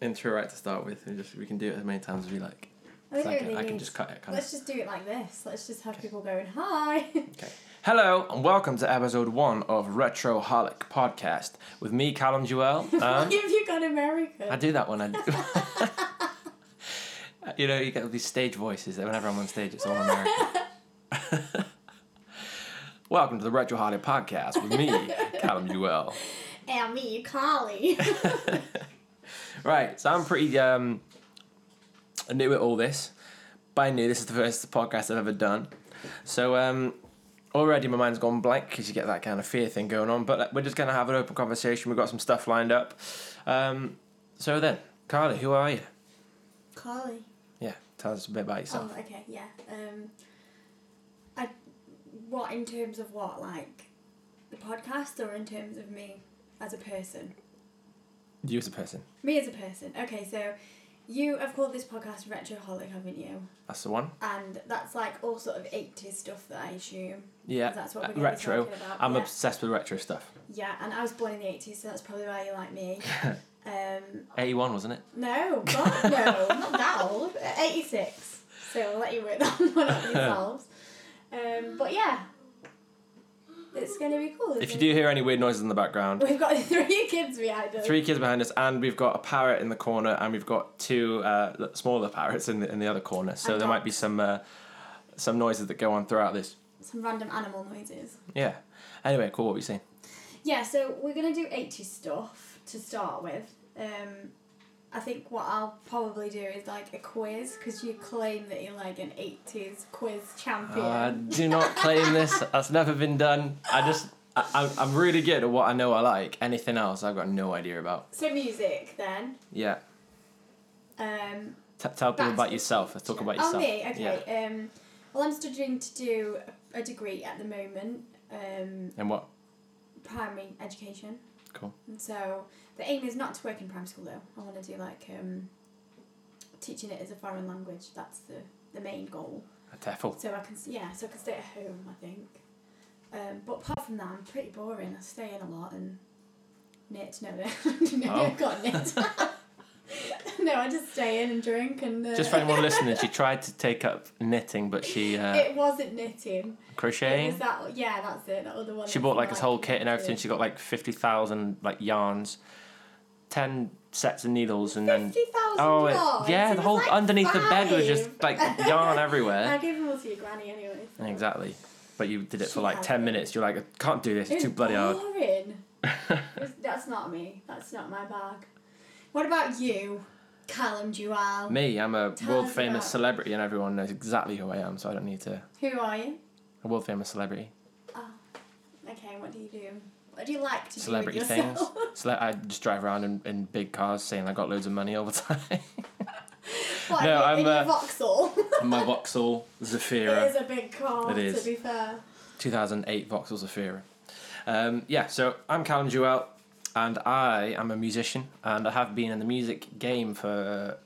intro right to start with, and just we can do it as many times as we like. I think So I, it can, really I can needs- just cut it. Kind of. Let's just do it like this. Let's just have people going, hi. Hello and welcome to episode one of Retroholic Podcast with me, Callum Jewell. Why have and you got Um, I American? do that when I. you know, you get all these stage voices that whenever I'm on stage, it's all American. welcome to the Retroholic Podcast with me, Callum Jewell. And me, Carly. Right, so I'm pretty um, new at all this. By new, this is the first podcast I've ever done. So um, already my mind's gone blank because you get that kind of fear thing going on. But like, we're just gonna have an open conversation. We've got some stuff lined up. Um, so then, Carly, who are you? Carly. Yeah, tell us a bit about Oh, yourself. okay, yeah. Um, I, what in terms of what, like the podcast, or in terms of me as a person? Oh. You as a person. Me as a person. Okay, so you have called this podcast Retroholic, haven't you? That's the one. And that's like all sort of eighties stuff that I assume. Yeah. That's what uh, we're gonna be retro. talking about, I'm yeah. obsessed with retro stuff. Yeah, and I was born in the eighties, so that's probably why you like me. um, 81, wasn't it? No, God, no, I'm not that old. Uh, 86. So I'll let you work that one out yourselves. Um, but yeah, it's going to be cool. If you isn't it? do hear any weird noises in the background, We've got three kids behind us. Three kids behind us, and we've got a parrot in the corner, and we've got two uh, l- smaller parrots in the in the other corner. So And there might be dogs. some uh, some noises that go on throughout this. Some random animal noises. Yeah. Anyway, cool. What we seen? Yeah, so we're going to do 80s stuff to start with. Um, I think what I'll probably do is like a quiz because you claim that you're like an 80s quiz champion. Uh, do not claim this. That's never been done. I just I, I'm- I'm really good at what I know I like. Anything else, I've got no idea about. so, music then. Yeah. Um, T- tell people That's- about yourself. Talk about Oh, yourself. me? Yeah. Okay. Um, well, I'm studying to do a degree at the moment, um, And what? primary education. Cool. And so the aim is not to work in primary school though. I want to do like um, teaching it as a foreign language. That's the, the main goal. A TEFL. So I can s- yeah, so I can stay at home. I think. Um, but apart from that, I'm pretty boring. I stay in a lot and knit. No, no, no, Oh. I've got knit. no, I just stay in and drink and. Uh, Just for anyone listening, she tried to take up knitting, but she uh, It wasn't knitting. It crocheting. was that, yeah, that's it. That other one. She that's bought like his whole kit and knitted. everything. She got like fifty thousand like yarns, ten sets of needles, and then 50,000 oh it- yards. yeah, It the was whole like underneath the bed was just five. like yarn I everywhere. gave them all to your granny anyway. so- exactly, but you did it She for like had ten it. minutes. You're like, I can't do this. It It's was too bloody hard. boring. It was- That's not me. That's not my bag. What about you, Callum Duval? Me, I'm a Tell world us famous about- celebrity, and everyone knows exactly who I am, so I don't need to. Who are you? A world famous celebrity. Okay, what do you do? What do you like to Celebrity do with yourself? things. So like, I just drive around in, in big cars saying I got loads of money all the time. what, No, in, I'm, in your uh, Vauxhall? My Vauxhall Zafira. it is a big car, It is. to be fair. 2008 Vauxhall Zafira. Um, yeah, so I'm Callum Jewell, and I am a musician, and I have been in the music game for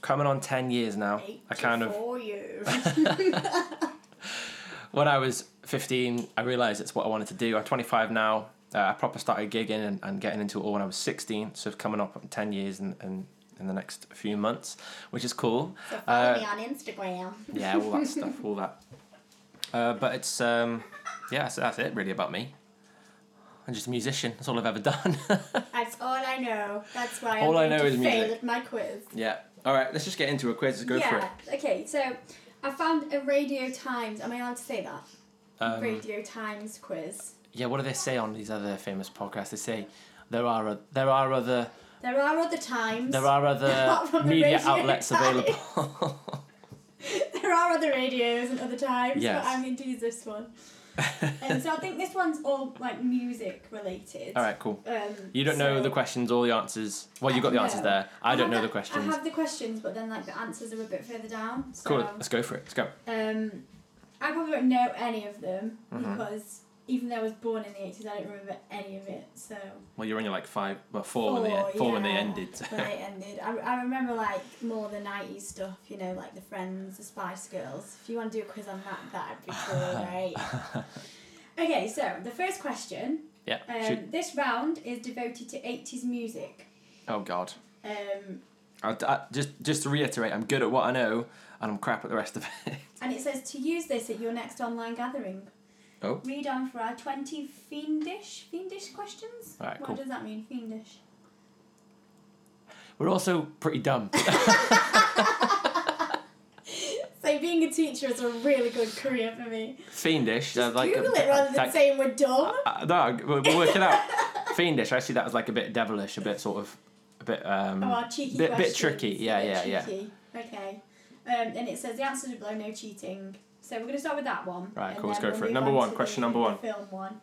coming on 10 years now. I kind of, 84 years. when I was 15, I realised it's what I wanted to do. I'm 25 now. Uh, I proper started gigging and, and getting into it all when I was 16, so it's coming up on 10 years in, in, in the next few months, which is cool. so follow Uh, me on Instagram. Yeah, all that stuff, all that. Uh, but it's, um, yeah, so that's it really about me. I'm just a musician, that's all I've ever done. That's all I know. That's why All I I'm going know to is fail music. at my quiz. Yeah. All right. Let's just get into a quiz. Let's go yeah. for it. Okay. So I found a Radio Times. Am I allowed to say that? Um, Radio Times quiz. yeah. What do they say on these other famous podcasts? They say there are o- there are other There are other times. there are Apart other from the media radio outlets guys. available. There are other radios and other times. Yes. But I'm going to use this one. and so I think this one's all like music related. all right. Cool. Um, You don't know so- the questions or the answers. Well, you got the No. answers there. I don't know have the the- I questions. have the questions, but then like the answers are a bit further down. So. Cool. Let's go for it. Let's go. Um, I probably don't know any of them Mhm. because even though I was born in the eighties, I don't remember any of it. So Well, you're only like five, well, four, when they four when they yeah, ended. when they ended, I, I remember like more the nineties stuff. You know, like the Friends, the Spice Girls. If you want to do a quiz on that, that'd be cool, right? okay, so the first question. yeah. Um, shoot. This round is devoted to eighties music. Oh God. Um, I, I- just just to reiterate, I'm good at what I know, and I'm crap at the rest of it. And it says to use this at your next online gathering. Oh. Read on for our 20 fiendish fiendish questions. Alright, what cool. does that mean, fiendish? We're also pretty dumb. So being a teacher is a really good career for me. Fiendish. Just uh, like Google it rather than like- saying we're dumb. uh, no, we'll, we'll work it out. Fiendish. Actually, that was like a bit devilish, a bit sort of, a bit um. Oh, our cheeky bit- bit questions. tricky, yeah, Bit yeah, tricky. Okay. Um, and it says the answer to below, no cheating. So we're going to start with that one. Right, and cool, let's then go we'll for it. move Number on one, to question the number one. Film one.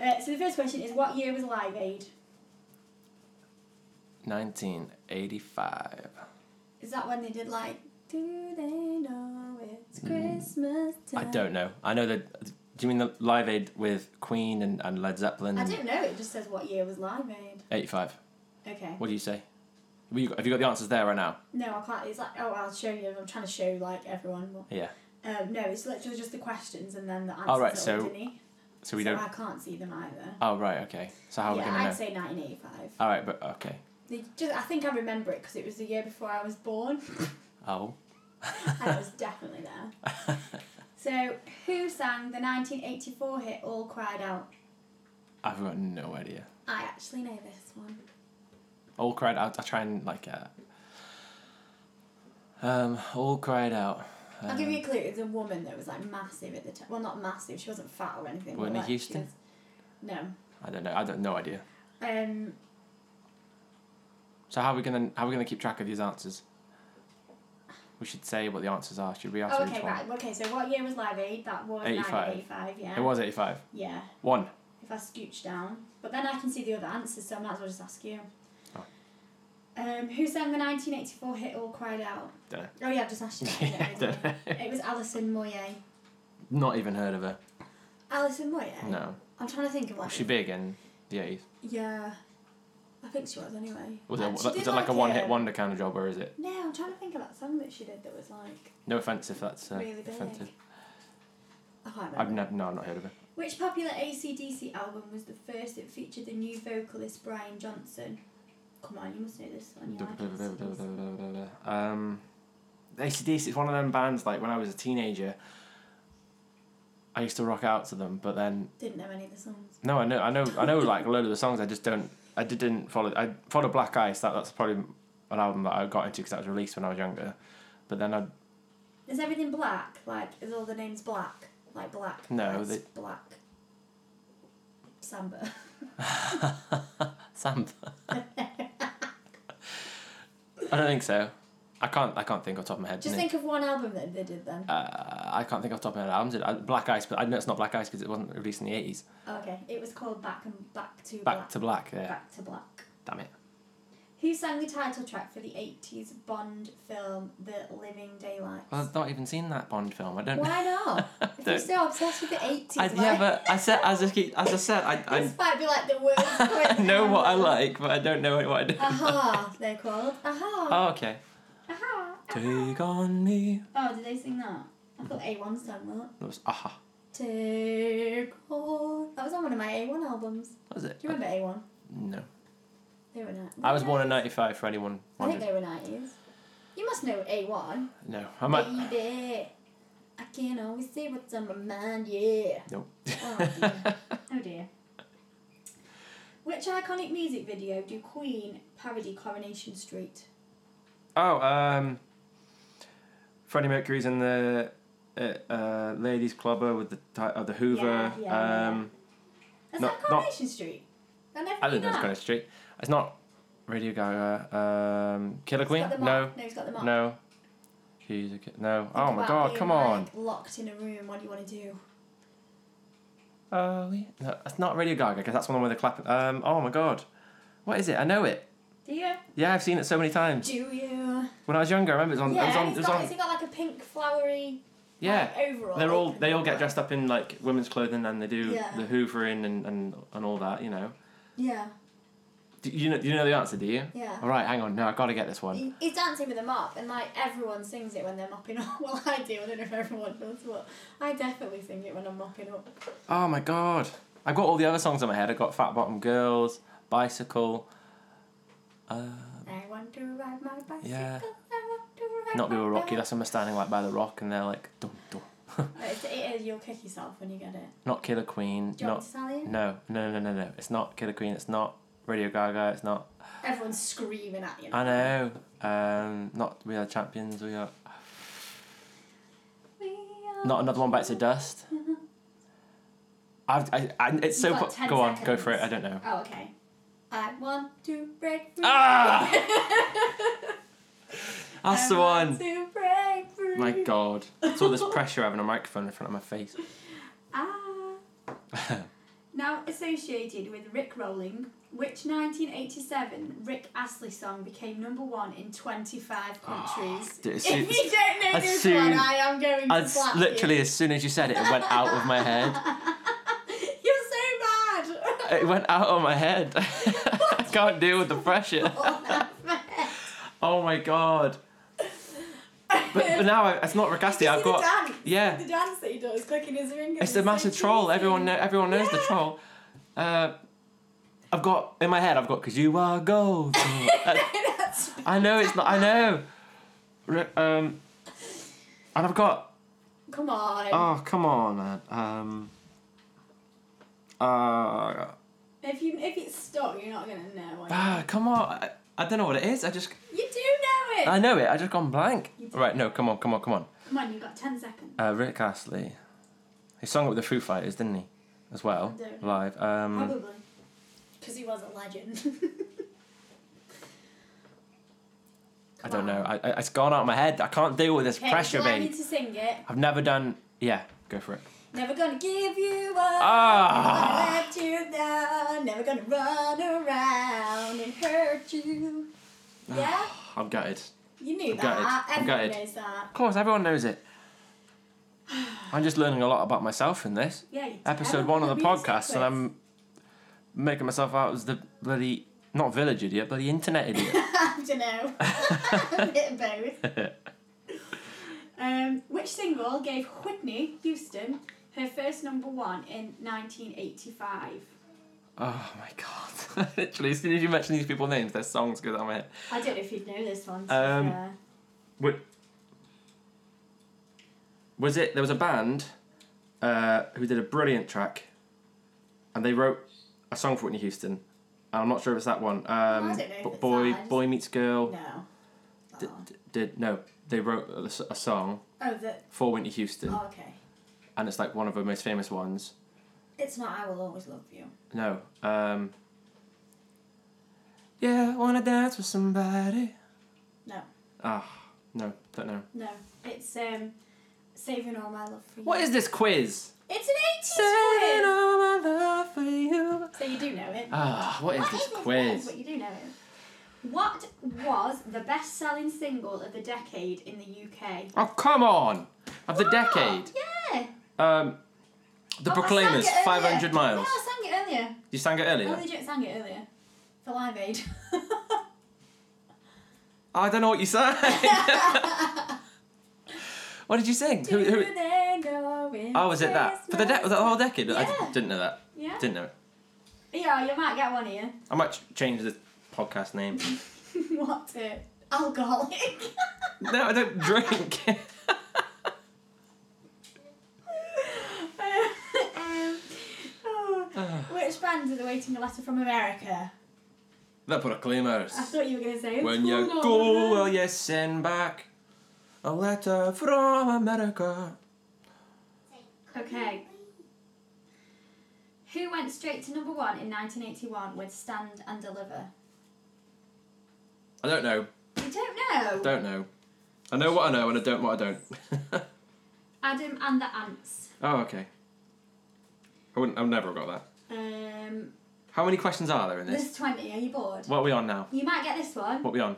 Uh, so the first question is, what year was Live Aid? 1985. Is that when they did like, do they know it's Christmas Hmm. I time? don't know. I know that. Do you mean the Live Aid with Queen and, and Led Zeppelin? I didn't know. It just says what year was Live Aid. 85. Okay. What do you say? Have you, have you got the answers there right now? No, I can't. It's like, oh, I'll show you. I'm trying to show like everyone. What. Yeah. Um, no, it's literally just the questions and then the answers. All right, that so are underneath. So we So don't. I can't see them either. Oh, right, okay. So how are we yeah, going to I'd know? say 1985. All right, but okay. They just, I think I remember it because it was the year before I was born, Oh. and it was definitely there. So, who sang the 1984 hit All Cried Out? I've got no idea. I actually know this one. All cried out. I try and like. Uh, um, all cried out. Um, I'll give you a clue. It was a woman that was like massive at the time. Well, not massive. She wasn't fat or anything. but, Whitney like, she Houston? was- No. I don't know. I don't no idea. Um, So how are we gonna how are we gonna keep track of these answers? We should say what the answers are. Should we answer oh, each okay, one? right. Okay, so what year was Live Aid? That was 85. 1985, yeah. It was eighty five. Yeah, One. if I scooch down. But then I can see the other answers, so I might as well just ask you. Oh. Um, who sang the 1984 hit All Cried Out? Dunno. Oh, yeah, I've just asked you that. Yeah, didn't I? don't know. It was Alison Moyet. Not even heard of her. Alison Moyet? No. I'm trying to think of like. Was she big in the eighties? Yeah. I think she was anyway. Was it Like, was she did it like a one hit um, wonder kind of job or is it? No, I'm trying to think of that song that she did that was like No offense if that's uh, really big. offensive. I can't remember. I've no, no, I've not heard of her. Which popular ACDC album was the first that featured the new vocalist Brian Johnson? Come on, you must know this one. You like ACDC. Um, ACDC is one of them bands. Like when I was a teenager, I used to rock out to them. But then Didn't know any of the songs. no, I know, I know, I know. Like a load of the songs, I just don't. I didn't follow. I follow Black Ice. That that's probably an album that I got into because that was released when I was younger. But then I Is everything black? Like, is all the names black? Like black. No, It's they- black. Samba. Sam. I don't think so. I can't. I can't think off the top of my head. Just no. think of one album that they did then. uh, I can't think off the top of my head. Albums. I- Black Ice, but I know it's not Black Ice because it wasn't released in the eighties. okay, it was called Back and Back to Back Black. to Black. Yeah. Back to Black. Damn it. Who sang the title track for the 80s Bond film The Living Daylights? Well, I've not even seen that Bond film. I don't. Why not? if you're Don't- so obsessed with the 80s, I, why? yeah, but I said as I keep, as I said, I, I, This might be like the worst I question know what I ever. like, but I don't know what I do. Uh-huh. Aha, they're called. Aha. Oh, okay. Aha. Take on me. Oh, did they sing that? I thought A1 sang that. That was aha. Take on. That was on one of my A1 albums. Was it? Do you remember A1? No. They were not. I was born in '95. For anyone I think wondering. they were 90s. You must know A1. No. I might. Baby. I can always say what's on my mind, yeah. Nope. Oh dear. oh dear. Which iconic music video do Queen parody Coronation Street? Oh, um, Freddie Mercury's in the uh, uh, ladies' clubber with the ti- uh, the Hoover. Yeah, yeah, um, Is Not- that not- Coronation Street? I never I don't knew know. It's that. Greenwich Street. It's not Radio Gaga. Um, Killer It's Queen. got the No. mark- No, he's got the mark. No. She's a kid. No. Think Oh my about god, being, come on. like, locked in a room, what do you want to do? Oh, yeah. No, that's not Radio Gaga because that's the one with the clap. Um, oh my god. What is it? I know it. Do you? Yeah, I've seen it so many times. Do you? When I was younger, I remember it was on. yeah, it was on. and It he's was got, on has he got like a pink flowery yeah. like, overall? They're all they all get dressed up in like women's clothing and they do Yeah. the hoovering and, and, and all that. You know. Yeah, Do you know? Do you know the answer? Do you? yeah. All right, hang on. No, I gotta get this one. He- He's dancing with a mop, and like everyone sings it when they're mopping up. Well, I do. I don't know if everyone does, but I definitely sing it when I'm mopping up. Oh my god. I've got all the other songs in my head. I've got Fat Bottom Girls, Bicycle. Uh, Uh, I want to ride my bicycle. Yeah. I want to ride Not my Bebop Rocky, bike. that's when we're standing like by the rock and they're like dum dum. But it's, it is. You'll kick yourself when you get it. Not Killer Queen, Do you want not to tell you? no, no, no, no, no. It's not Killer Queen, it's not Radio Gaga, it's not Everyone's screaming at you. I know. Um not We Are Champions, we are We are not another one bites the dust. I've I, I it's so You've got po- 10 go on, go for it, I seconds. don't know. Oh, okay. I want to break free. Ah! That's I the want one. To break free. My god. It's all this pressure having a microphone in front of my face. Ah. Now associated with Rick Rolling, which 1987 Rick Astley song became number one in 25 countries? Ah, dude, if as you soon- don't know as this soon- one, I am going to As slap literally as soon as you said it, it went out of my head. you. You're so bad. It went out of my head. I can't deal with the pressure. Oh my god. But, but now I, it's not Rick Astley. I've got dance? yeah. The dance that he does, clicking his fingers. it's the so massive troll. cheesy. Everyone know, everyone knows the Yeah. troll. Uh, I've got in my head. I've got because you are gold. Uh, That's I know it's not. I know. Ri- Um, and I've got Come on. Oh come on, man. Um. Uh, If you if it's stuck, you're not gonna know. Are ah, come on. I, I don't know what it is. I just you? you do know it. I know it. I just gone blank. You do. Right. No. Come on. Come on. Come on. Come on, you got ten seconds. Uh, Rick Astley. He sung with the Foo Fighters, didn't he? As well, I don't know. live. Um, Probably. Because he was a legend. I don't know. I, I, it's gone out of my head. I can't deal with this pressure, I need babe. to sing it. I've never done. Yeah, go for it. Never gonna give you up. Ah. Never gonna let you down. Never gonna run around and hurt you. Yeah, I'm gutted. you knew Ah. I'm gutted. that. I'm gutted. Everyone knows that. Of course, everyone knows it. I'm just learning a lot about myself in this Yeah. You episode one of the podcast, and I'm making myself out as the bloody not village idiot, but the internet idiot. I don't know. a bit of both. Um, which single gave Whitney Houston her first number one in 1985? oh my god! Literally, as soon as you mention these people's names, their songs go down my head. I don't know if you'd know this one. to be Um, fair. What? Was it? There was a band uh, who did a brilliant track, and they wrote a song for Whitney Houston. And I'm not sure if it's that one. Um, don't know if but it's boy, that, I just- boy meets girl. no. oh. d- Oh. d- did no? They wrote a, s- a song Oh, that. for Whitney Houston, Oh, okay. and it's like one of her most famous ones. It's not. I will always love you. No. Um, yeah, I wanna dance with somebody. No. Ah, no, don't know. No, it's um, saving all my love for you. What is this quiz? It's an eighties Saying quiz. all my love for you. So you do know it. Ah, what is What this is it? quiz? But you do know it. What was the best-selling single of the decade in the UK? Oh, come on! Of the What? decade. Yeah. Um, The Oh, I sang Proclaimers, it earlier. 500 No, Miles. I sang it earlier. You sang it I earlier? legit sang it earlier for Live Aid. I don't know what you sang. what did you sing? Who, who, Do they know it's oh, was it that? For the de- was that the whole decade? I Yeah. didn't know that. Yeah. Didn't know. it. Yeah, you might get one here. I might ch- change the podcast name. what? To alcoholic. no, I don't drink. um, oh, which band is awaiting a letter from America? the Proclaimers. I thought you were going to say. When you Hold on. go, will you send back a letter from America? Okay. Who went straight to number one in 1981 with Stand and Deliver? I don't know. You don't know. Don't know. I know what I know and I don't what I don't. Adam and the Ants. oh, okay. I wouldn't. I've never got that. Um, How many questions are there in this? there's 20. Are you bored? What are we on now? You might get this one. What are we on?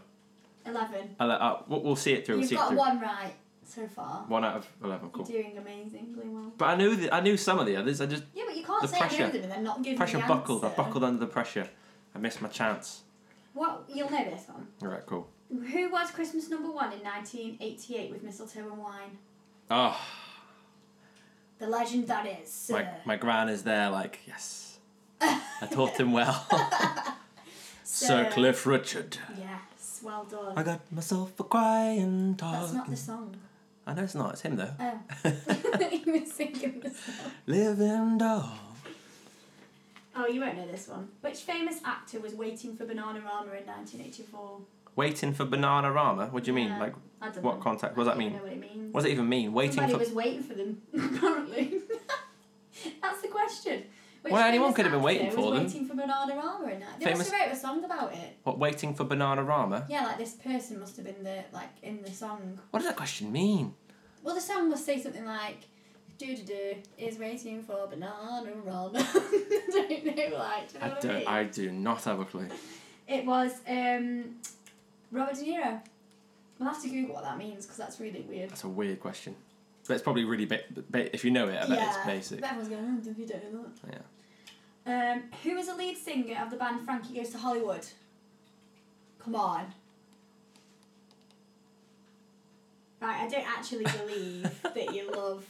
11. I'll, uh, we'll we'll see it through. we'll You've see it got through. one right so far. One out of eleven. Cool. You're doing amazingly well. But I knew the, I knew some of the others. I just Yeah, but you can't The say I pressure. know them and then not give pressure me the buckled. I answer. buckled under the pressure. I missed my chance. What? You'll know this one. All right, cool. Who was Christmas number one in 1988 with mistletoe and wine? Oh, The legend that is. Sir. my my gran is there. Like yes, I taught him well. Sir Sir. Cliff Richard. Yes. Well done. I got myself a crying dog. That's not the song. I know it's not. It's him though. Oh. you were singing the song. Living dog. Oh, you won't know this one. Which famous actor was waiting for Banana Rama in 1984? Waiting for Banana Rama. What do you mean? Yeah. Like, I don't what know. contact? What does I that don't mean? know what it means. What does it even mean? Waiting Somebody for. was waiting for them, apparently. That's the question. Which Well, anyone famous could have been waiting actor was for them. Waiting for Banana Rama in that. They Famous- must have wrote a song about it. What? Waiting for Banana Rama. Yeah, like this person must have been the like in the song. What does that question mean? Well, the song must say something like, "Do do do is waiting for Banana Rama." don't know, like. Do you know I what don't. mean? I do not have a clue. It was um, Robert De Niro. We'll have to Google what that means because that's really weird. That's a weird question. But it's probably really ba- ba- if you know it. I bet it's basic. But everyone's going, oh, you don't know Yeah. that. Yeah. Um, who is the lead singer of the band Frankie Goes to Hollywood? Come on. Right, I don't actually believe that you love.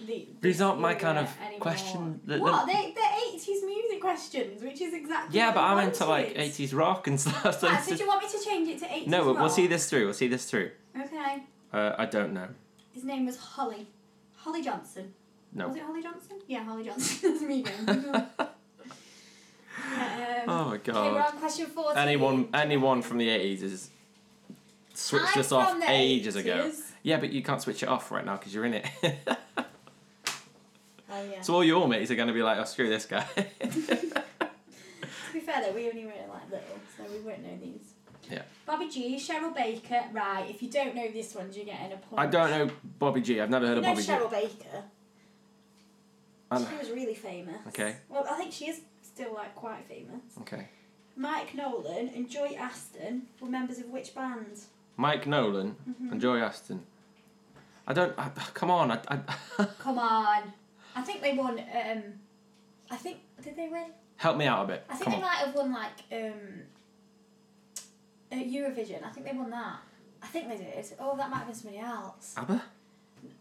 The, These this aren't my era kind of anymore. question. The- the- What? They, they're 80s music questions, which is exactly. Yeah, what but I I'm into like wanted. eighties rock and stuff. so Ah, it's so do just- you want me to change it to 80s? no, we'll, we'll rock? see this through. We'll see this through. Okay. Uh, I don't know. His name was Holly. Holly Johnson. No. Was it Holly Johnson? Yeah, Holly Johnson. That's me again. um, oh my Okay, we're god. on question 14. Anyone, anyone from the eighties is switched I'm this off from the ages ago. 80s. Yeah, but you can't switch it off right now because you're in it. Oh, yeah. so all your mates are going to be like, "Oh, screw this guy." to be fair, though, we only were like little, so we won't know these. Yeah. Bobby G, Cheryl Baker. Right, if you don't know this one, you're getting a point. I don't know Bobby G. I've never heard You of know Bobby G. Cheryl Baker. I She know. was really famous. Okay. Well, I think she is still like quite famous. Okay. Mike Nolan and Joy Aston were members of which band? Mm-hmm. Mike Nolan and Joy Aston. I don't. I, come on. I, I, Come on. I think they won. Um, I think did they win? help me out a bit. I think Come they on. might have won like um, uh, Eurovision. I think they won that. I think they did. Oh, that might have been somebody else. ABBA.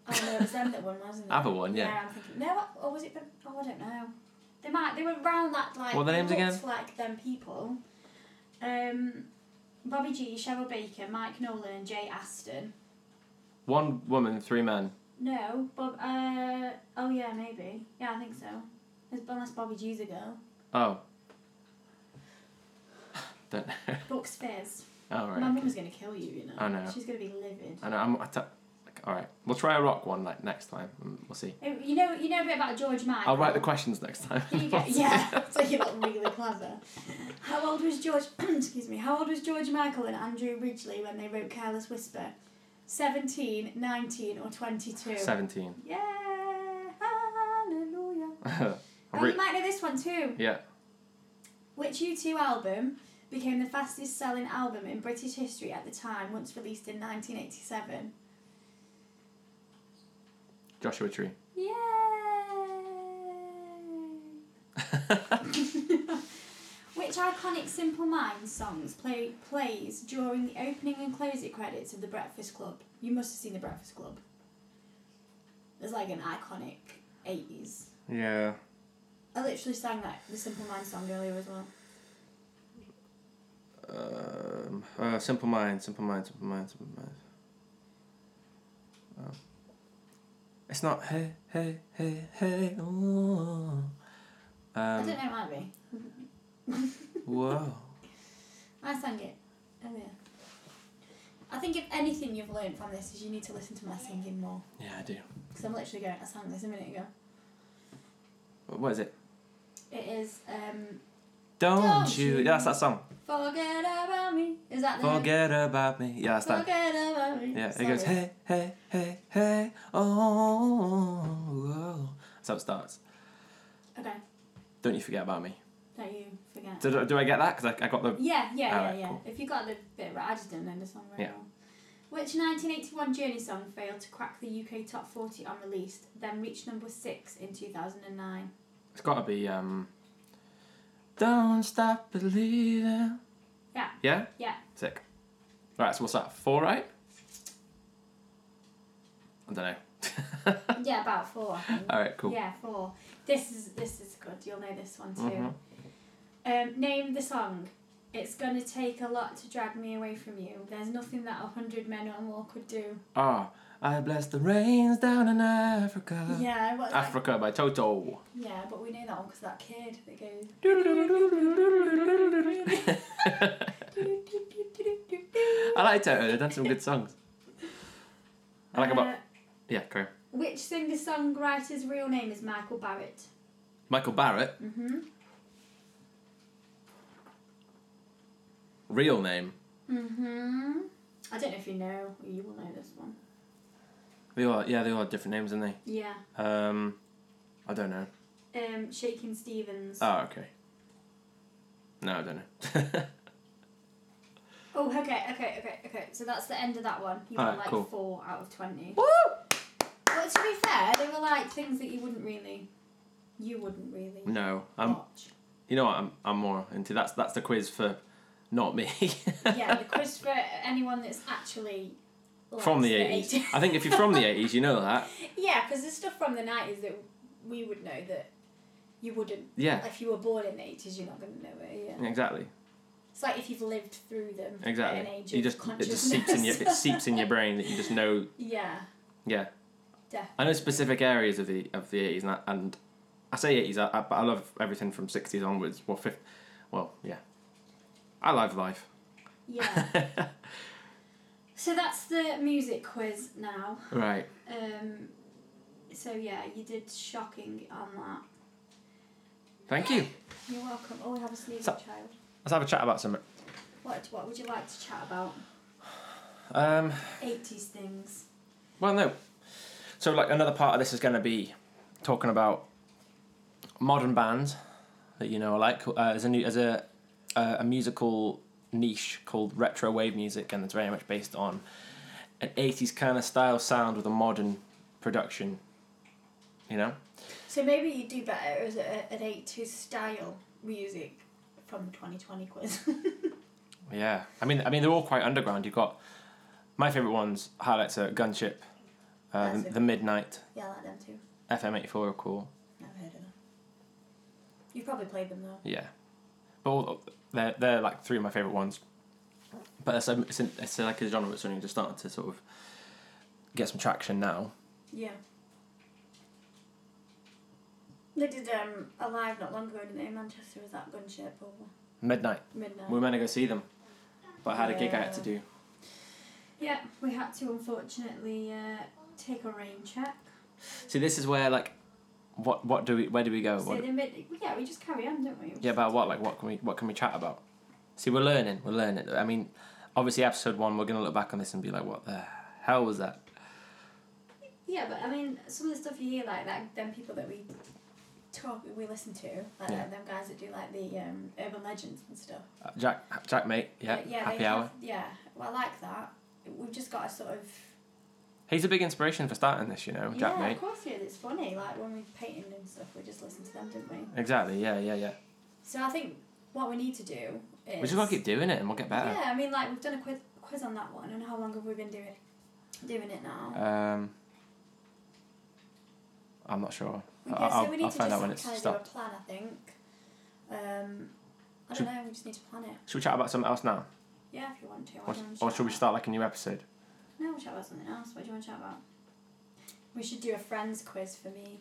I don't know. It was them that won, wasn't it? ABBA one. Yeah. I'm thinking. No, or was it? Ben- Oh, I don't know. They might. They were round that like. What were their they names looked again? Like them people. Um, Bobby G, Cheryl Baker, Mike Nolan, and Jay Aston. One woman, three men. No, Bob. Uh, oh yeah, maybe. Yeah, I think so. There's- Unless Bobby G's a girl. Oh. Don't know. Brooks Fizz. All My right. mum's gonna kill you, you know. I know. She's gonna be livid. I know. I'm. I t- like, all right. We'll try a rock one like next time. and We'll see. Oh, You know, you know a bit about George Michael. I'll write the questions next time. Here you go. Yeah, so you look really clever. How old was George? excuse me. How old was George Michael and Andrew Ridgely when they wrote Careless Whisper? 17, 19 or 22? Seventeen. Yeah, hallelujah. I'm Oh, re- you might know this one too. yeah. Which U2 album became the fastest selling album in British history at the time, once released in 1987? Joshua Tree. Yay! Which iconic Simple Minds songs play plays during the opening and closing credits of The Breakfast Club? You must have seen The Breakfast Club. It's like an iconic 80s. yeah. I literally sang that the Simple Minds song earlier as well. Um, uh, simple mind. Simple mind. Simple mind. Simple mind. Um, it's not hey hey hey hey. Ooh. I Um, don't know, it might be. whoa. I sang it earlier. I think if anything you've learned from this is you need to listen to my singing more. Yeah, I do. Because I'm literally going, I sang this a minute ago. What is it? It is um, Don't, Don't you? you- That's that song. Forget about me. Is that the Forget about me. Yeah, that's that. Forget about me. Yeah, it Sorry. goes hey hey hey hey oh. Whoa. That's how it starts. Okay. Don't you forget about me. Don't you forget. Do, do, do I get that? Because I, I got the yeah, yeah, yeah, Alright, yeah. cool. If you got the bit right, I just didn't know the song very Yeah. well. Which 1981 Journey song failed to crack the UK top 40 on released, then reached number 6 in 2009? It's got to be um. Don't stop believing. Yeah. Yeah. Yeah. Sick. Right. So what's that? Four, right? I don't know. yeah, about 4. I think. All right. Cool. Yeah, 4. This is this is good. You'll know this one too. Mhm. Um, name the song. It's going to take a lot to drag me away from you. There's nothing that a hundred men or more could do. Ah, I bless the rains down in Africa. yeah, what, like, Africa by Toto. yeah, but we know that one because that kid that goes. I like Toto. They've done some good songs. I like about Uh, yeah, correct. Which singer songwriter's real name is Michael Barrett? Michael Barrett, Mm-hmm. real name. Mm-hmm. I don't know if you know. You will know this one. They all yeah, they all have different names, aren't Yeah. they? Um, I don't know. Um, Shaking Stevens. Oh, okay. No, I don't know. Oh, okay, okay, okay, okay. So that's the end of that one. You got Alright, like cool. four out of twenty. Woo! But to be fair, they were like things that you wouldn't really, you wouldn't really No, I'm. watch. You know what? I'm. I'm more into that's that's the quiz for, not me. yeah, the quiz for anyone that's actually likes from the eighties. I think if you're from the eighties, you know that. yeah, because there's stuff from the nineties that we would know that you wouldn't. Yeah, If you were born in the eighties, you're not gonna know it. Yeah. exactly, It's like if you've lived through them. at An exactly. age You of just it just seeps in your it consciousness. seeps in your brain that you just know. yeah. Yeah, Definitely. I know specific areas of the of the eighties, and, I- and I say eighties, I, I, but I love everything from sixties onwards. Well, fifth, well, yeah. I love life. Yeah. So that's the music quiz now. right. Um, so yeah, you did shocking on that. Thank you. You're welcome. Oh, we have a sneezing So- child. Let's have a chat about something. What what would you like to chat about? Um, Eighties things. Well, no. So, like, another part of this is going to be talking about modern bands that you know I like. Uh, there's a new, there's a uh, a musical niche called retro wave music, and it's very much based on an '80s kind of style sound with a modern production. You know, So maybe you do better as a, an eighties style music from twenty twenty quiz. yeah. I mean, I mean, they're all quite underground. You've got my favorite ones. Highlights are Gunship, uh, Classic. the Midnight, yeah, I like them too. FM84 are cool. Never heard of them. You've probably played them though. Yeah, but all, they're they're like three of my favorite ones. But it's, um, it's, an- it's like a genre that's only just starting to sort of get some traction now. Yeah. They did um alive not long ago, didn't they? In Manchester was that gunship or Midnight, midnight. we were meant to go see them, but I had a gig I had to do. Yeah, we had to unfortunately uh, take a rain check. See, this is where like, what what do we where do we go? So What, they made, yeah, we just carry on, don't we? yeah, about what like what can we what can we chat about? See, we're learning, we're learning. I mean, obviously, episode one, we're gonna look back on this and be like, what the hell was that? Yeah, but I mean, some of the stuff you hear like that, them people that we talk, we listen to, like Yeah. them guys that do like the um, urban legends and stuff. Uh, Jack Jack mate, yeah, But, yeah, happy they hour. Have, yeah, well, I like that. We've just got to sort of. He's a big inspiration for starting this, you know, Jack yeah, mate. of course it is. It's funny. Like when we were painting and stuff, we just listened to them, didn't we? Exactly, yeah, yeah, yeah. So I think what we need to do is. We just gotta keep doing it and we'll get better. Yeah, I mean, like we've done a quiz quiz on that one, and how long have we been doing doing it now? Um, I'm not sure. Okay, I- I'll, so we need I'll to find just out when it's kind of do a stopped. plan, I think. Um, I Should- don't know. We just need to plan it. Should we chat about something else now? Yeah, if you want to. Or, What do you want to or chat should we about? start like a new episode? No, we'll chat about something else. What do you want to chat about? We should do a friends quiz for me.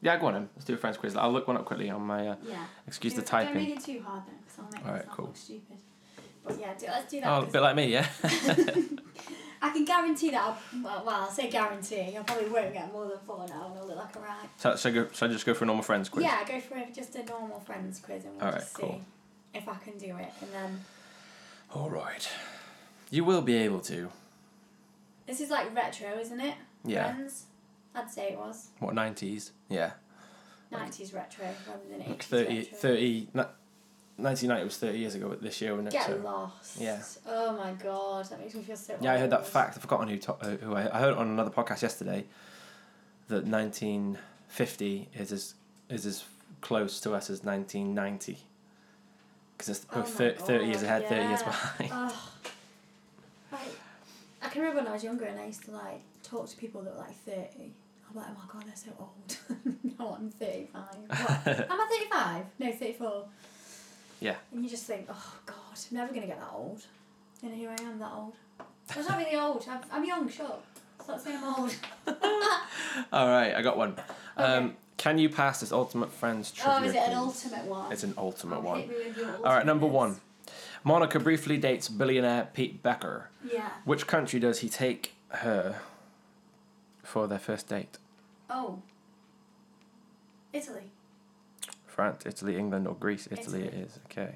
Yeah, go on then. Let's do a friends quiz. I'll look one up quickly on my. Uh, Yeah. excuse the Do- Don't typing. make it too hard then, because I'll make Alright, myself cool. look stupid. But yeah, do, let's do that. Oh, a 'cause bit like me, yeah? I can guarantee that. I'll, well, well, I'll say guarantee. I probably won't get more than four now, and I'll look like a right. so, so, go, so I just go for a normal friends quiz? Yeah, go for it, just a normal friends quiz, and we'll Alright, just see cool. if I can do it, and um, then. Alright. You will be able to. This is like retro, isn't it? Yeah. Friends? I'd say it was. What, 90s? Yeah. 90s retro rather than 80s Like 30, retro. 30 na- 1990 was 30 years ago this year, wasn't it? Get So- lost. yeah. Oh my god, that makes me feel so Yeah, I heard that old. fact. I've forgotten who, to- uh, who I, I heard it on another podcast yesterday that 1950 is as is as close to us as 1990 because it's Oh both my thir- 30 years God, ahead, 30 years yeah. behind. Oh. Like, I can remember when I was younger and I used to like talk to people that were like 30. I'm like, oh my god, they're so old. no, I'm 35. What? Am I 35? No, 34. Yeah. And you just think, oh god, I'm never gonna get that old. And here I am, that old. That's not really old. I'm, I'm young, sure. Stop saying I'm old. All right, I got one. Um, Okay. Can you pass this ultimate friends trivia? oh, is it an quiz? ultimate one? It's an ultimate Oh, one. hit me with your All right, number one. ultimates. Monica briefly dates billionaire Pete Becker. Yeah. Which country does he take her for their first date? Oh. Italy. France, Italy, England, or Greece? Italy, Italy. it is. Okay.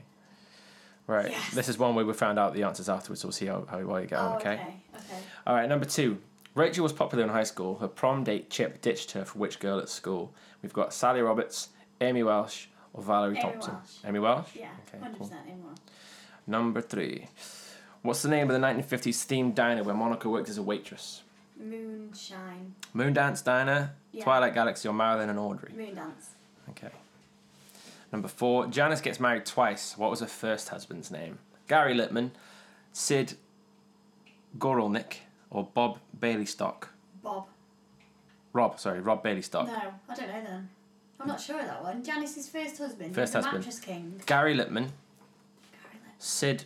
Right. Yes. This is one where we found out the answers afterwards. so We'll see how, how well you get oh, on. okay. Okay? Okay. All right. Number two. Rachel was popular in high school. Her prom date Chip ditched her for which girl at school? We've got Sally Roberts, Amy Welsh, or Valerie Amy Thompson. Welsh. Amy Welsh. Yeah. Okay, Hundred cool. percent anyone. Number three. What's the name of the 1950s themed diner where Monica worked as a waitress? Moonshine. Moondance Diner, Yeah. Twilight Galaxy, or Marilyn and Audrey? Moondance. Okay. Number four. Janice gets married twice. What was her first husband's name? Gary Littman, Sid Goralnick, or Bob Bailey Stock? Bob. Rob, sorry, Rob Bailey Stock. No, I don't know then. I'm not sure of that one. Janice's first husband. First the husband. Mattress King. Gary Littman, Gary Litt- Sid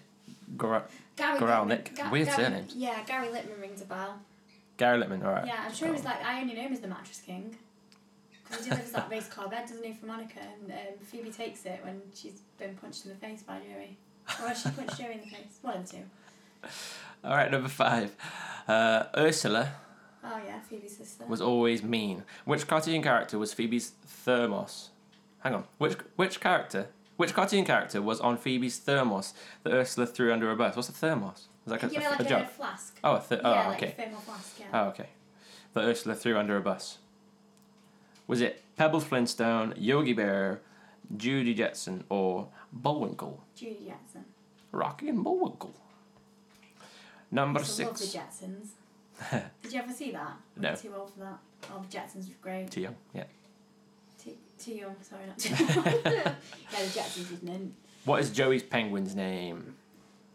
Gora Gary Goralnick. Littman- Ga- Weird Gary- surnames. Yeah, Gary Littman rings a bell. Gary Littman, alright. Yeah, I'm sure he was like, I only know him as the Mattress King. Because he delivers that race car bed, doesn't he, for Monica? And um, Phoebe takes it when she's been punched in the face by Joey. Or has she punched Joey in the face? One of the two. Alright, number five. Uh, Ursula Oh, yeah, Phoebe's sister. was always mean. Which cartoon character was Phoebe's thermos? Hang on. Which which character? Which cartoon character was on Phoebe's thermos that Ursula threw under a bus? What's a thermos? Is that a, you know, a- like a a, jug? flask. Oh, a th- oh, yeah, okay. like a thermal flask, yeah. Oh, okay. That Ursula threw under a bus. Was it Pebbles Flintstone, Yogi Bear, Judy Jetson, or Bullwinkle? Judy Jetson. Rocky and Bullwinkle. Number Used to love six. the Jetsons. Did you ever see that? No. Too old for that. Oh, the Jetsons was great. Too young. Yeah. Too, too young, sorry, not too old. yeah, the Jetsons was nin. What is Joey's penguin's name?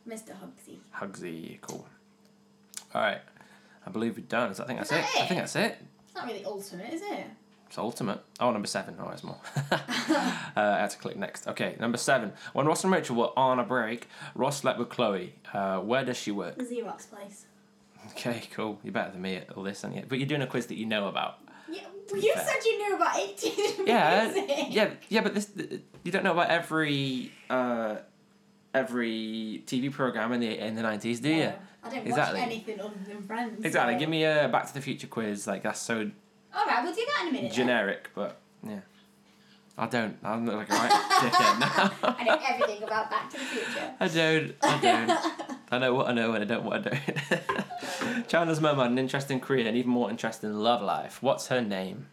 Mr. Hugsy. Hugsy, cool. All right, I believe we're done. Is that- I think that's Is it. that I think that's it. It's not really ultimate, is it? It's ultimate. Oh, number seven. Oh, it's more. uh, I had to click next. Okay, number seven. When Ross and Rachel were on a break, Ross slept with Chloe. Uh, where does she work? The Xerox place. Okay, cool. You're better than me at all this, aren't you? But you're doing a quiz that you know about. Yeah, well, you fair. said you knew about 18 Yeah, music. yeah, yeah. But this, th- you don't know about every, uh, every TV program in the in the nineties, do you? Oh, I don't Exactly. watch anything other than Friends. Exactly. so- Give me a Back to the Future quiz. Like that's so Alright, we'll do that in a minute. then. generic, but yeah. I don't. I'm like a right dickhead now. I know everything about Back to the Future. I don't. I don't. I know what I know and I don't what I don't. Chandler's mum had an interesting career and even more interesting love life. What's her name?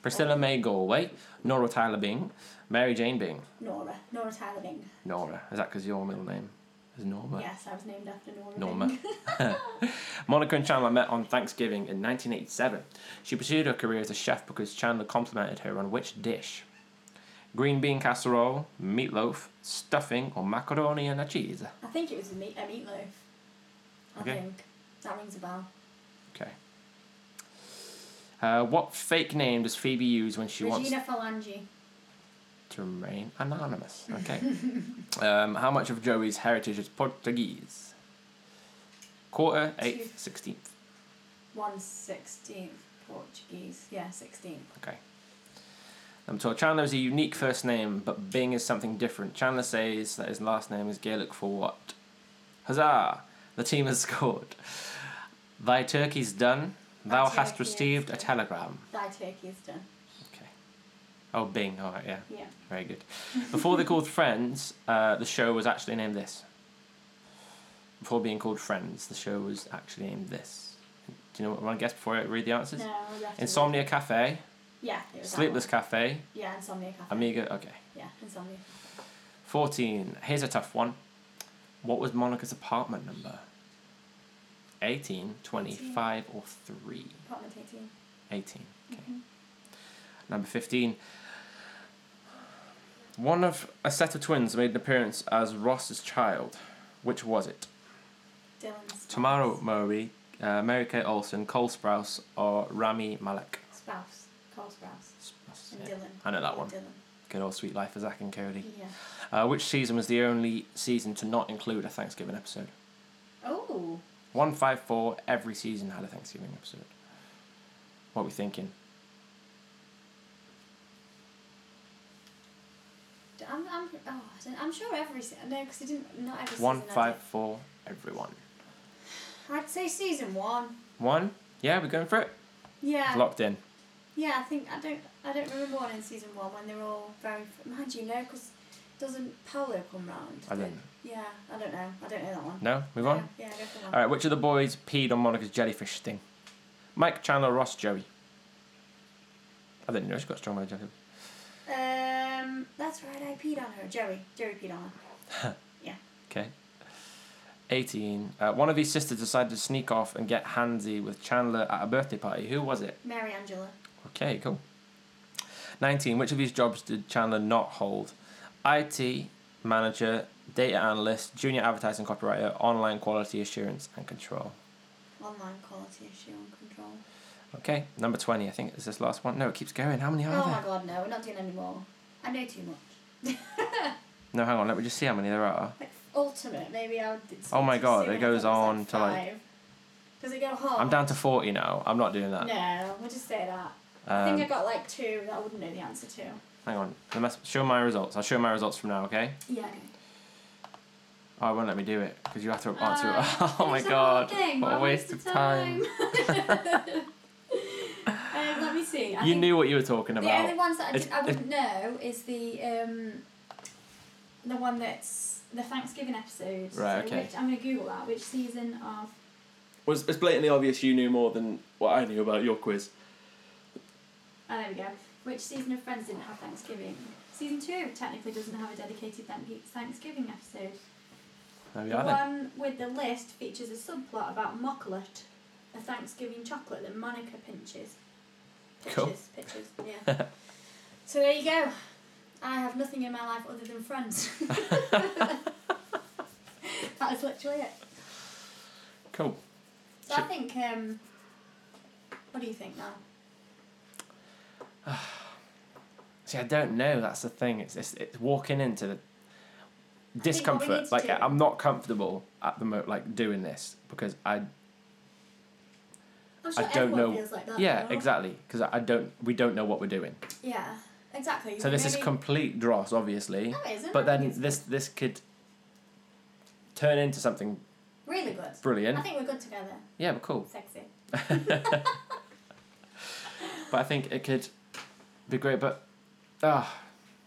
Priscilla May Galway, Nora Tyler Bing, Mary Jane Bing. Nora. Nora Tyler Bing. Nora. Is that because your middle name is Norma? Yes, I was named after Nora. Norma. Bing. Monica and Chandler met on Thanksgiving in 1987. She pursued her career as a chef because Chandler complimented her on which dish? Green bean casserole, meatloaf, stuffing, or macaroni and a cheese? I think it was a, meat, a meatloaf. I Okay. think. That rings a bell. Okay. Uh, what fake name does Phoebe use when she wants Regina Falange. to remain anonymous? Okay. um, how much of Joey's heritage is Portuguese? Quarter, eighth, sixteenth. One sixteenth Portuguese. Yeah, sixteenth. Okay. I'm told Chandler is a unique first name, but Bing is something different. Chandler says that his last name is Gaelic for what? Huzzah! The team has scored. Thy turkey's done. Thou Thy hast turkey is received a done. telegram. Thy turkey is done. Okay. Oh, Bing. All right, yeah. Yeah. Very good. Before they called Friends, uh, the show was actually named this. Before being called Friends, the show was actually named this. Do you know what? Want to guess before I read the answers? No, I'll have to- Insomnia Cafe, Yeah, it was that Sleepless Um, one. Cafe, Yeah, Insomnia Cafe. Amiga. Okay. Yeah, Insomnia. 14. Here's a tough one. What was Monica's apartment number? 18, 25, or 3? Apartment 18. 18. Okay. Number 15. One of a set of twins made an appearance as Ross's child. Which was it? Dylan's. Tamara Murray, uh, Mary Kay Olsen, Cole Sprouse, or Rami Malek? Spouse. Cole Spouse. Sprouse, And yeah. Dylan. I know that one. Dylan. Good old sweet life for Zach and Cody. Yeah. Uh, which season was the only season to not include a Thanksgiving episode? Oh. 154, every season had a Thanksgiving episode. What are we thinking? D- I'm, I'm, oh, I don't, I'm sure every se- no, because it didn't not every season. I did. 154, everyone. I'd say season one. One? Yeah, we're going for it. Yeah. It's locked in. Yeah, I think I don't I don't remember one in season one when they're all very mind you no because doesn't Paolo come round? I don't know. Yeah, I don't know. I don't know that one. No? Move on? Yeah, yeah go for one. Alright, which of the boys peed on Monica's jellyfish thing? Mike, Chandler, Ross, Joey. I didn't know she got strong by jellyfish. Um, that's right. I peed on her. Joey. Joey peed on her. Okay. 18. Uh, one of his sisters decided to sneak off and get handsy with Chandler at a birthday party. Who was it? Mary Angela. Okay, cool. 19. Which of these jobs did Chandler not hold? IT, manager, data analyst, junior advertising copywriter, online quality assurance and control. Online quality issue on control. Okay, number 20, I think is this last one. No, it keeps going. How many are oh there? my god, no, we're not doing any more. I know too much. No, hang on, let me just see how many there are. Like ultimate, maybe I would. Oh my God, it goes on to, like- Does it go hard? I'm down to 40 now. I'm not doing that. No, we'll just say that. I Um, think I got like two that I wouldn't know the answer to. Hang on, I must show my results. I'll show my results from now, okay? Yeah. Oh, it won't let me do it because you have to answer it. Uh, Oh my it's a god, whole thing, what a waste of time. um, let me see. I You think knew what you were talking The only about. ones that I, It's- did, I it's- would know is the um, the one that's the Thanksgiving episode. Right, okay. Which, I'm going to Google that. Which season oh, of. Was it's blatantly obvious you knew more than what I knew about your quiz. Oh, there we go. Which season of Friends didn't have Thanksgiving? Season 2 technically doesn't have a dedicated thank- Thanksgiving episode. There we The are then. one with the list features a subplot about mocklet, a Thanksgiving chocolate that Monica pinches. Pitches, Cool. pitches. Yeah. so there you go. I have nothing in my life other than friends. That is literally it. Cool. So I think. Um, what do you think now? See, I don't know. That's the thing. It's it's, it's walking into the we need discomfort. to Like do- I'm not comfortable at the mo like doing this because I I'm sure I don't everyone know- feels like that. yeah though. exactly because I I don't we don't know what we're doing. Yeah, exactly. So this is Maybe- complete dross, obviously. No, it isn't. But I think then it's this this could turn into something really good. I brilliant. think we're good together. Yeah, but cool. Sexy. But I think it could be great. But ah,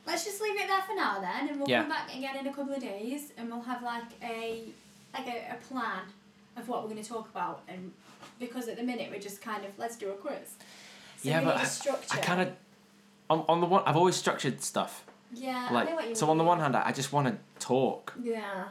Let's just leave it there for now then, and we'll Yeah. come back again in a couple of days, and we'll have like a like a, a plan of what we're going to talk about, and because at the minute we're just kind of let's do a quiz. So Yeah, we but need a I- structure. I kind of on on the one I've always structured stuff. yeah. Uh, I know what Like you so on the mean. one hand, I I just want to talk. Yeah.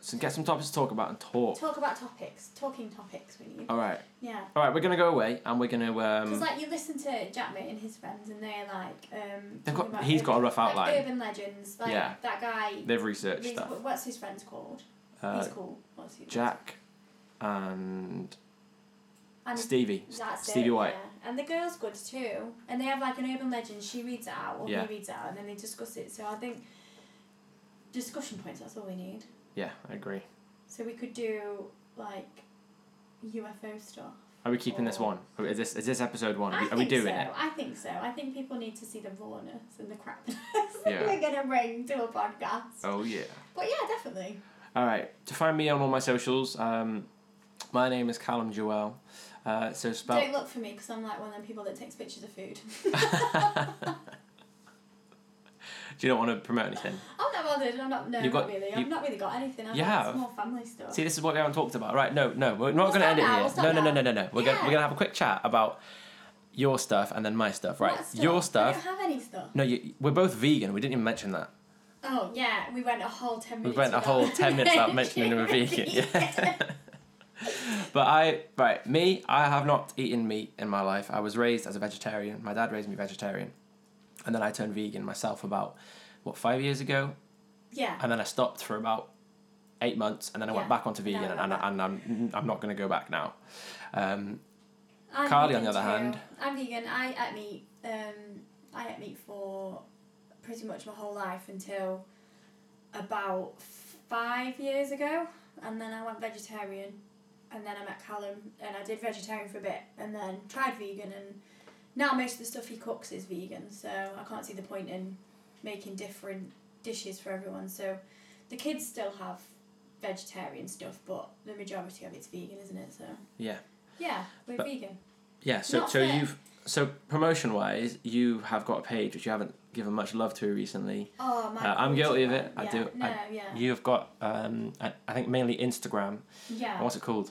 So get some topics to talk about and talk. Talk about topics. Talking topics we need. All right, Yeah. all right. We're gonna go away and we're gonna Because um. like you listen to Jackmate and his friends, and they're like um. They've talking got about he's got a rough like, outline. urban legends. Like Yeah. that guy. They've researched he's- stuff. What's his friend's called? Uh, he's cool. What's his Jack and And his Stevie. That's Stevie it, White. Yeah. And the girl's good too. And they have like an urban legend. She reads it out or Yeah. he reads it out and then they discuss it. So I think discussion points, that's all we need. Yeah, I agree. So we could do like UFO stuff. Are we keeping this Or- one? Or Is this is this episode one? Are we, are I we think doing so. it? I think so. I think people need to see the rawness and the crapness Yeah. that we're going to bring to a podcast. Oh yeah. But yeah, definitely. All right. To find me on all my socials, um, my name is Callum Joel. Uh, so spelled Don't look for me because I'm like one of them people that takes pictures of food. Do you not want to promote anything? I'm not bothered. I'm not, no, You've not got- really. you- I've not really got anything. I've You got have. some more family stuff. See, this is what we haven't talked about. Right? No, no, we're not We'll going to stop end it now, here. we'll stop no, no, no, now. no, no, no. We're gonna Yeah. we're gonna have a quick chat about your stuff and then my stuff. Right? What Your I stuff. don't have any stuff. No, you, we're both vegan. We didn't even mention that. Oh yeah, we went a whole ten We minutes. went a without- whole ten minutes without mentioning we were vegan. Yeah. but I right me I have not eaten meat in my life. I was raised as a vegetarian. My dad raised me vegetarian, and then I turned vegan myself about what five years ago, Yeah. and then I stopped for about eight months, and then I went Yeah. back onto No, vegan, no, and, no. I, and I'm I'm not going to go back now. Um, I'm Carly, on vegan the other too. hand- I'm vegan. I ate meat. Um, I ate meat for pretty much my whole life until about five years ago, and then I went vegetarian, and then I met Callum, and I did vegetarian for a bit, and then tried vegan, and now most of the stuff he cooks is vegan, so I can't see the point in making different dishes for everyone. So the kids still have vegetarian stuff, but the majority of it's vegan, isn't it? So Yeah. yeah, we're But- vegan. Yeah. So Not so fair. you've so promotion wise, you have got a page which you haven't given much love to recently. Oh my. Uh, I'm guilty of it. I yeah. do- No, I- yeah. You've got um I, I think mainly Instagram. Yeah. What's it called?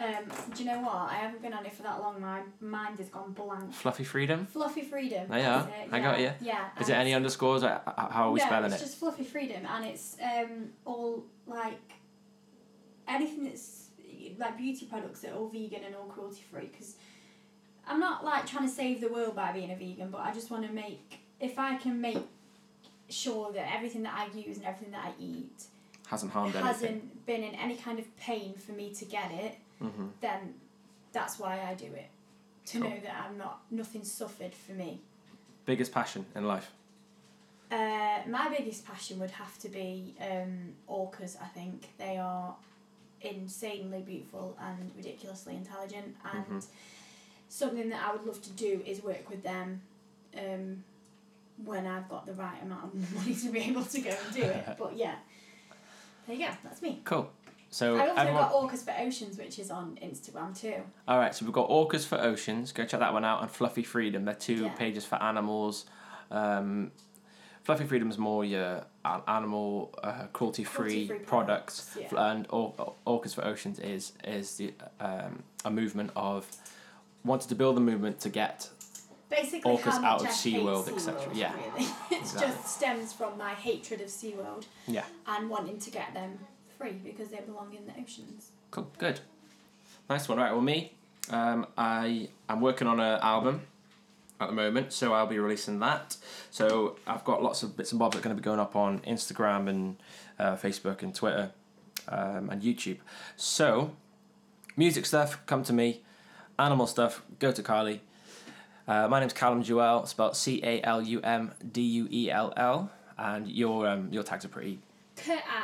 Um, Do you know what? I haven't been on it for that long. My mind has gone blank. Fluffy Freedom. fluffy freedom. There you are. Is it? I got you. Yeah. Yeah. Is it and any underscores? Like, h- How are we no, spelling it's it? just fluffy freedom, and it's um all like anything that's like beauty products that are all vegan and all cruelty free. Because I'm not like trying to save the world by being a vegan, but I just want to make if I can make sure that everything that I use and everything that I eat Hasn't harmed anything. hasn't been in any kind of pain for me to get it, Mm-hmm. then that's why I do it. To Cool. know that I'm not nothing suffered for me. Biggest passion in life. Uh, my biggest passion would have to be um, orcas. I think they are insanely beautiful and ridiculously intelligent, and Mm-hmm. something that I would love to do is work with them. Um, when I've got the right amount of money to be able to go and do it, but yeah, there you go. That's me. Cool. So I also everyone. got Orcas for Oceans, which is on Instagram too. All right, so we've got Orcas for Oceans. Go check that one out. And Fluffy Freedom. They're two Yeah. pages for animals. Um, Fluffy Freedom's more your a- animal uh, cruelty free Cruelty-free products, products, Fl- and or- or- Orcas for Oceans is is the um, a movement of wanted to build a movement to get Basically, Orcas how much out of I hate SeaWorld, SeaWorld, etc.. Yeah. really. it Exactly. just stems from my hatred of SeaWorld. yeah and wanting to get them free because they belong in the oceans. cool good nice one right well me um, I I'm working on an album at the moment so I'll be releasing that so I've got lots of bits and bobs that are going to be going up on Instagram and uh, Facebook and Twitter um, and YouTube so music stuff come to me animal stuff go to Carly uh, my name's Callum Duell spelled C A L U M D U E L L and your um, your tags are pretty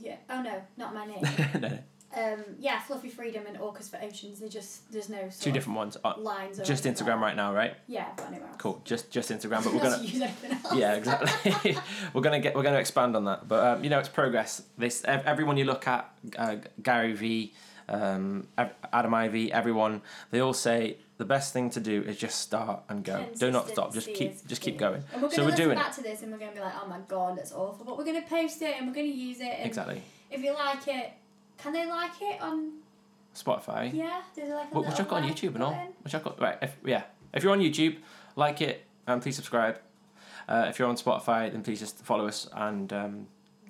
yeah. Oh no, not my name. no, no, um, yeah, Fluffy Freedom and Orcas for Oceans. They just there's no sort two of different ones Uh, lines. or just anything Instagram like right now right that. Yeah, I've got anywhere else. Cool. Just just Instagram, but we're Not gonna to use anything else. yeah exactly. we're gonna get we're gonna expand on that. But um, you know it's progress. This ev- everyone you look at, uh, Gary V, um, Ev- Adam Ivy, everyone they all say the best thing to do is just start and go. Do not stop. Just Consistency is keep just keep key. going. and we're So gonna we're listen doing back to this, and we're gonna be like, oh my god, that's awful. But we're gonna post it, and we're gonna use it. And Exactly. If you like it, can they like it on? Spotify. Yeah, there's like a Wh- which little I've got on like YouTube and all. button. Which I've got right. If, yeah, if you're on YouTube, like it and please subscribe. Uh, if you're on Spotify, then please just follow us and um,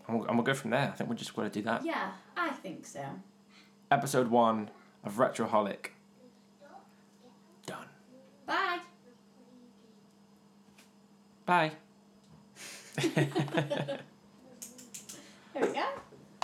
and we'll, and we'll go from there. I think we're just gonna do that. Yeah, I think so. episode one of Retroholic. Done. Bye. Bye.